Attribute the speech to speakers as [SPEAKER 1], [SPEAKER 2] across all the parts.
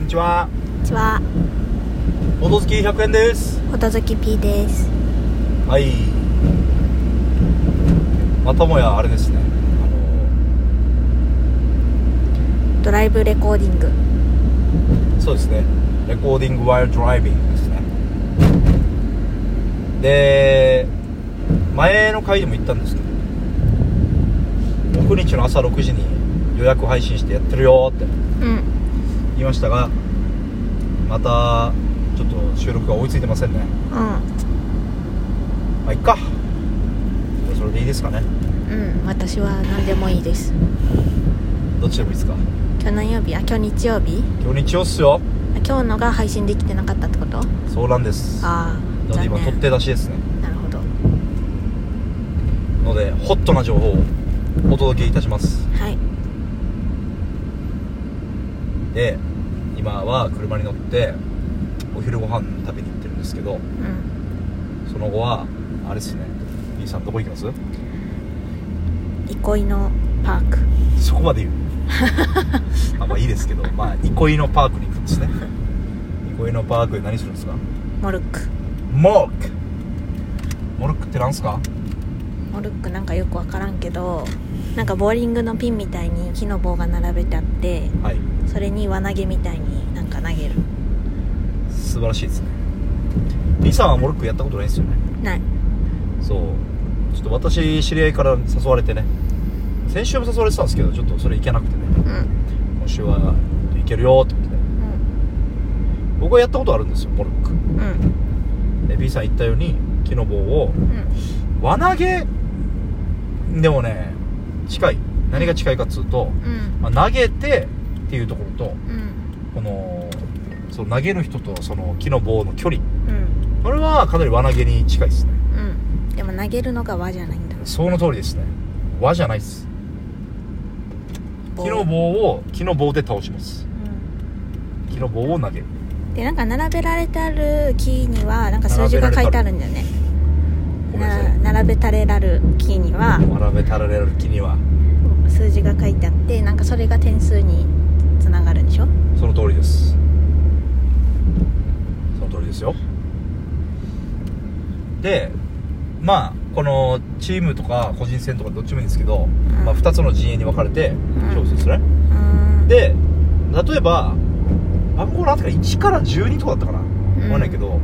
[SPEAKER 1] んにちは
[SPEAKER 2] こんにちは、
[SPEAKER 1] 音月100円です
[SPEAKER 2] ほとずき P です。
[SPEAKER 1] はいまたもやあれですね
[SPEAKER 2] ドライブレコーディング。
[SPEAKER 1] あのそうですねレコーディング while driving ですねで前の回でも言ったんですけど9日の朝6時に予約配信してやってるよって
[SPEAKER 2] うん。
[SPEAKER 1] 言いましたがまたちょっと収録が追いついてませんねまあいっかそれでいいですかね
[SPEAKER 2] うん。うん。私は何でもいいです。
[SPEAKER 1] どっちでもいいですか
[SPEAKER 2] 今日何曜日あ、今日日曜日
[SPEAKER 1] 今日日曜っすよ
[SPEAKER 2] あ今日のが配信できてなかったってことあ
[SPEAKER 1] そうなんですな
[SPEAKER 2] あー、
[SPEAKER 1] ので
[SPEAKER 2] 残
[SPEAKER 1] 今
[SPEAKER 2] 念。
[SPEAKER 1] 取って出しですね
[SPEAKER 2] なるほど。は
[SPEAKER 1] のでホットな情報をお届けいたします
[SPEAKER 2] い。
[SPEAKER 1] で今は車に乗ってお昼ご飯食べに行ってるんですけど
[SPEAKER 2] うん。
[SPEAKER 1] その後はあれですね B さんどこ行きます
[SPEAKER 2] 憩いのパーク。
[SPEAKER 1] そこまで 言うあまあいいですけどまあ憩いのパークに行くんですね憩いのパークで何するんですか
[SPEAKER 2] モルック。
[SPEAKER 1] モルックモルックってなんすか
[SPEAKER 2] モルックなんかよくわからんけど、なんかボーリングのピンみたいに木の棒が並べてあって、
[SPEAKER 1] はい
[SPEAKER 2] それに輪投げみたいになんか投げる。
[SPEAKER 1] 素晴らしいですね B さんはモルックやったことないですよね
[SPEAKER 2] ない。
[SPEAKER 1] そうちょっと私知り合いから誘われてね先週も誘われてたんですけどちょっとそれ行けなくてね
[SPEAKER 2] うん。
[SPEAKER 1] 今週は行けるよって言ってね
[SPEAKER 2] うん。
[SPEAKER 1] 僕はやったことあるんですよモルック
[SPEAKER 2] うん。
[SPEAKER 1] で B さん言ったように木の棒を
[SPEAKER 2] うん。
[SPEAKER 1] 輪投げでもね近い何が近いかっつうと、
[SPEAKER 2] うん。
[SPEAKER 1] まあ投げてっていうところと
[SPEAKER 2] うん。
[SPEAKER 1] このその投げる人とその木の棒の距離
[SPEAKER 2] うん。
[SPEAKER 1] これはかなり輪投げに近いですね
[SPEAKER 2] うんでも投げるのが輪じゃないんだ
[SPEAKER 1] その通りですね輪じゃないです木の棒を木の棒で倒します
[SPEAKER 2] うん
[SPEAKER 1] 木の棒を投げる
[SPEAKER 2] でなんか並べられてある木にはなんか数字が書いてあるんだよね
[SPEAKER 1] ごめんなさい
[SPEAKER 2] な並べたれられる木には
[SPEAKER 1] 並べたられる木には
[SPEAKER 2] 数字が書いてあってなんかそれが点数につながるんでしょ
[SPEAKER 1] その通りですその通りですよでまあこのチームとか個人戦とかどっちもいいんですけど、まあ、2つの陣営に分かれて勝負するんですね、
[SPEAKER 2] うーん
[SPEAKER 1] で例えば番号なんてか1から12とかだったかな
[SPEAKER 2] うん
[SPEAKER 1] 思わないけど、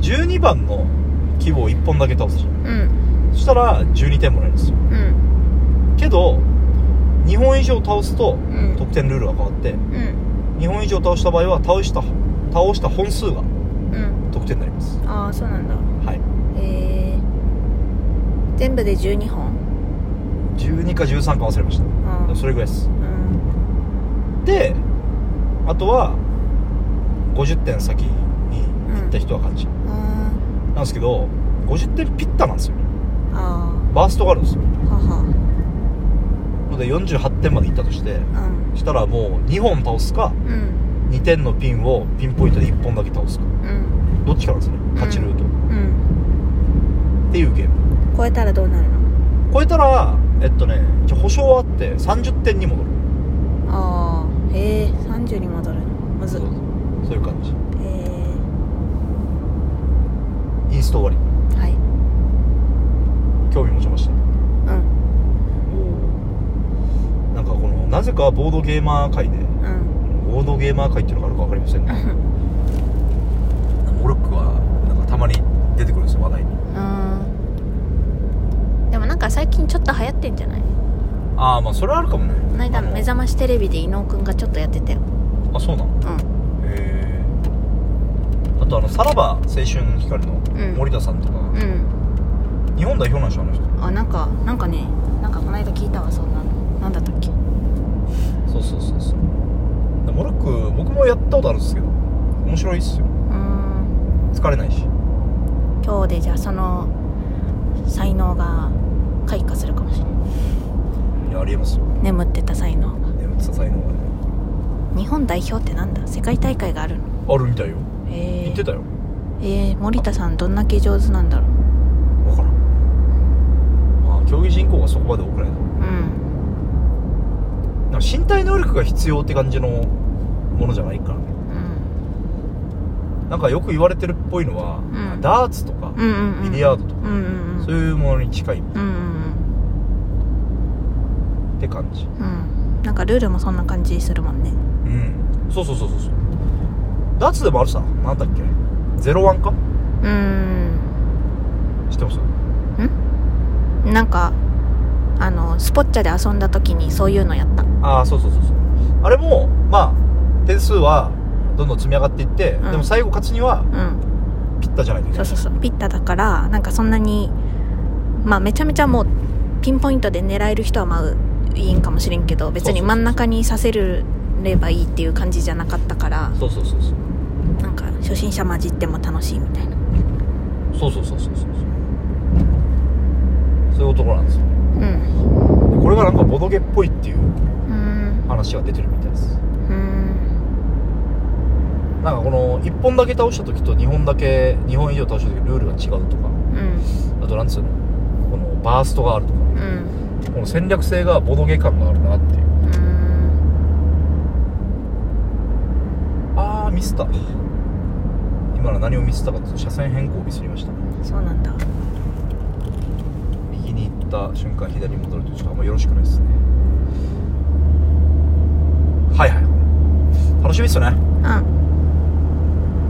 [SPEAKER 1] 12番の規模を1本だけ倒すじゃん
[SPEAKER 2] うん
[SPEAKER 1] そしたら12点もらえるんですよ
[SPEAKER 2] うん
[SPEAKER 1] けど2本以上倒すと
[SPEAKER 2] うん
[SPEAKER 1] 得点ルールが変わって
[SPEAKER 2] うん
[SPEAKER 1] 2本以上倒した場合は倒した倒した本数が
[SPEAKER 2] うん
[SPEAKER 1] 得点になります
[SPEAKER 2] ああそうなんだ
[SPEAKER 1] はい
[SPEAKER 2] えー、全部で12本
[SPEAKER 1] 12か13か忘れました
[SPEAKER 2] あー
[SPEAKER 1] それぐらいです
[SPEAKER 2] うん
[SPEAKER 1] であとは50点先に行った人は勝ち、
[SPEAKER 2] うん
[SPEAKER 1] なんですけど50点ピッタなんですよ
[SPEAKER 2] あ
[SPEAKER 1] バーストがあるんですよ
[SPEAKER 2] あはは
[SPEAKER 1] ので48点まで行ったとして
[SPEAKER 2] うん
[SPEAKER 1] したらもう2本倒すか
[SPEAKER 2] うん
[SPEAKER 1] 2点のピンをピンポイントで1本だけ倒すか
[SPEAKER 2] うん
[SPEAKER 1] どっちかなんですね勝ちルート、
[SPEAKER 2] うん
[SPEAKER 1] っていうゲーム
[SPEAKER 2] 超えたらどうなるの
[SPEAKER 1] 超えたらえっとね一応保証はあって30点に戻る
[SPEAKER 2] ああへえ30に戻るのむず
[SPEAKER 1] そ
[SPEAKER 2] っ
[SPEAKER 1] うそういう感じ
[SPEAKER 2] え
[SPEAKER 1] インスト終わ
[SPEAKER 2] ー、はい
[SPEAKER 1] り興味持ちました
[SPEAKER 2] うん
[SPEAKER 1] なんかこのなぜかボードゲーマー界で
[SPEAKER 2] うん
[SPEAKER 1] ボードゲーマー界っていうのがあるか分かりません
[SPEAKER 2] う
[SPEAKER 1] が、
[SPEAKER 2] ん
[SPEAKER 1] モルックはなんかたまに出てくるんですよ話題に
[SPEAKER 2] でもなんか最近ちょっと流行ってんじゃない
[SPEAKER 1] ああまあそれはあるかもね
[SPEAKER 2] この間
[SPEAKER 1] あの
[SPEAKER 2] 目覚ましテレビで伊野尾くんがちょっとやってたよ
[SPEAKER 1] あそうなの
[SPEAKER 2] うん
[SPEAKER 1] へえあとあのさらば青春の光の
[SPEAKER 2] うん
[SPEAKER 1] 森田さんとか、
[SPEAKER 2] うん
[SPEAKER 1] 日本代表なんでしょあの人
[SPEAKER 2] あなんかなんかねなんかこの間聞いたわそんなのなんだったっけ
[SPEAKER 1] そうそうそうそうモルック僕もやったことあるんですけど面白いっすよ
[SPEAKER 2] うん
[SPEAKER 1] 疲れないし
[SPEAKER 2] 今日でじゃあその才能が開花するかもしれない
[SPEAKER 1] いやありえますよ
[SPEAKER 2] 眠ってた才能が
[SPEAKER 1] 眠ってた才能がね
[SPEAKER 2] 日本代表ってなんだ世界大会があるの
[SPEAKER 1] あるみたいよ
[SPEAKER 2] へえ
[SPEAKER 1] 言ってたよ
[SPEAKER 2] えー、森田さんどんだけ上手なんだろう
[SPEAKER 1] 分からんまあ競技人口がそこまで多くないな
[SPEAKER 2] うん
[SPEAKER 1] なんか身体能力が必要って感じのもものじゃないから
[SPEAKER 2] うん
[SPEAKER 1] なんかよく言われてるっぽいのは、
[SPEAKER 2] ん
[SPEAKER 1] ダーツとか、
[SPEAKER 2] うんうんうん
[SPEAKER 1] ビリヤードとか、
[SPEAKER 2] うんうんうん
[SPEAKER 1] そういうものに近いっ
[SPEAKER 2] うんうん
[SPEAKER 1] て感じ
[SPEAKER 2] うんうんなんかルールもそんな感じするもんね
[SPEAKER 1] うんそうそうそうそうそうダーツでもあるさなんだっけゼロワンか
[SPEAKER 2] うん
[SPEAKER 1] 知ってます
[SPEAKER 2] なんかあのスポッチャで遊んだ時にそういうのやった
[SPEAKER 1] ああそうそうそうそうあれもまあ点数はどんどん積み上がっていって、
[SPEAKER 2] うん
[SPEAKER 1] でも最後勝つには
[SPEAKER 2] うん
[SPEAKER 1] ピッタじゃないといけ
[SPEAKER 2] そ
[SPEAKER 1] な
[SPEAKER 2] う
[SPEAKER 1] い
[SPEAKER 2] そうそうピッタだからなんかそんなにまあめちゃめちゃもうピンポイントで狙える人はまあいいんかもしれんけど別に真ん中にさせるればいいっていう感じじゃなかったから
[SPEAKER 1] そうそうそうそう
[SPEAKER 2] なんか初心者混じっても楽しいみたいな
[SPEAKER 1] そうそうそうそうそうそうそういうところなんですよ
[SPEAKER 2] うん
[SPEAKER 1] これがなんかボドゲっぽいっていう
[SPEAKER 2] うん
[SPEAKER 1] 話が出てるみたいです
[SPEAKER 2] うん
[SPEAKER 1] なんかこの1本だけ倒した時と2本だけ2本以上倒した時ルールが違うとか
[SPEAKER 2] うん
[SPEAKER 1] あとなんつうのこのバーストがあるとか
[SPEAKER 2] うん
[SPEAKER 1] この戦略性がボドゲ感があるなっていう
[SPEAKER 2] うん
[SPEAKER 1] ああミスった今の何をミスったかっていうと車線変更をミスりました
[SPEAKER 2] そうなんだ
[SPEAKER 1] 右に行った瞬間左に戻るとちょっとあんまよろしくないですねはいはい楽しみっすね
[SPEAKER 2] うん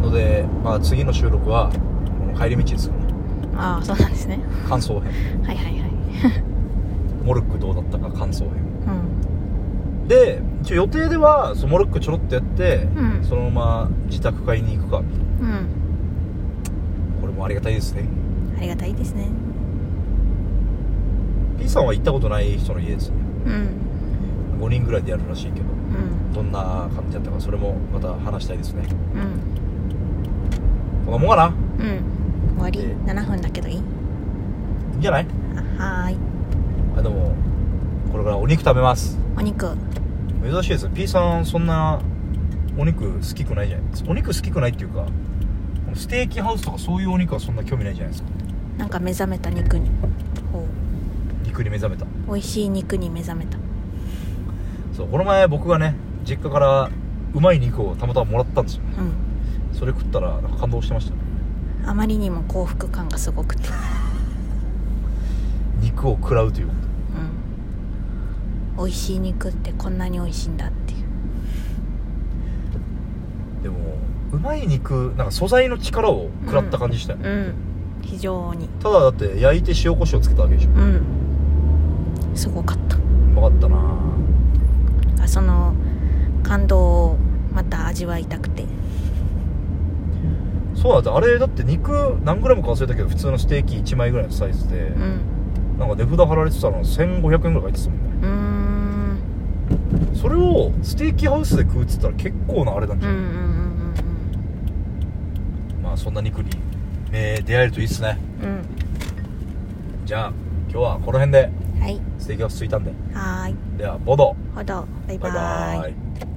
[SPEAKER 1] ので、まあ、次の収録はこの帰り道ですよね
[SPEAKER 2] ああそうなんですね
[SPEAKER 1] 感想編
[SPEAKER 2] はいはいはい
[SPEAKER 1] モルックどうだったか感想編
[SPEAKER 2] うん
[SPEAKER 1] で一応予定ではそのモルックちょろっとやって、
[SPEAKER 2] うん
[SPEAKER 1] そのまま自宅買いに行くか
[SPEAKER 2] うん
[SPEAKER 1] これもありがたいですね
[SPEAKER 2] ありがたいですね
[SPEAKER 1] P さんは行ったことない人の家ですね
[SPEAKER 2] うん
[SPEAKER 1] 5人ぐらいでやるらしいけど
[SPEAKER 2] うん
[SPEAKER 1] どんな感じだったかそれもまた話したいですね
[SPEAKER 2] うん
[SPEAKER 1] こんなもんかな
[SPEAKER 2] うん終わり
[SPEAKER 1] え
[SPEAKER 2] 7分だけどいい
[SPEAKER 1] いいんじゃない
[SPEAKER 2] あはーい
[SPEAKER 1] あでもこれからお肉食べます
[SPEAKER 2] お肉うん
[SPEAKER 1] 珍しいです P さんそんなお肉好きくないじゃないですかお肉好きくないっていうかステーキハウスとかそういうお肉はそんな興味ないじゃないですか
[SPEAKER 2] なんか目覚めた肉にほう
[SPEAKER 1] 肉に目覚めた
[SPEAKER 2] 美味しい肉に目覚めた
[SPEAKER 1] そうこの前僕がね実家からうまい肉をたまたまもらったんですよ
[SPEAKER 2] うん
[SPEAKER 1] それ食ったらなんか感動してましたね
[SPEAKER 2] あまりにも幸福感がすごくて
[SPEAKER 1] 肉を食らうというこ
[SPEAKER 2] うん美味しい肉ってこんなに美味しいんだっていう
[SPEAKER 1] とでもうまい肉なんか素材の力を食らった感じしたよね、
[SPEAKER 2] うん非常に
[SPEAKER 1] ただだって焼いて塩コショウつけたわけでしょ
[SPEAKER 2] うんすごかった
[SPEAKER 1] うまかったなぁ
[SPEAKER 2] あその感動をまた味わいたくて
[SPEAKER 1] そうなんだあれだって肉何グラムか忘れたけど普通のステーキ1枚ぐらいのサイズで、
[SPEAKER 2] うん
[SPEAKER 1] なんか値札貼られてたの1500円ぐらい入ってたもんね
[SPEAKER 2] うーん
[SPEAKER 1] それをステーキハウスで食うっつったら結構なあれなん
[SPEAKER 2] うんう
[SPEAKER 1] じ
[SPEAKER 2] ん
[SPEAKER 1] ゃな
[SPEAKER 2] うん
[SPEAKER 1] い、まあそんな肉に、ね、出会えるといいっすね
[SPEAKER 2] うんうん
[SPEAKER 1] じゃあ今日はこの辺で
[SPEAKER 2] うんはい
[SPEAKER 1] ステーキハウス着いたんで
[SPEAKER 2] はーい
[SPEAKER 1] ではボド
[SPEAKER 2] ほどバイバ
[SPEAKER 1] バイ
[SPEAKER 2] イ
[SPEAKER 1] バーイ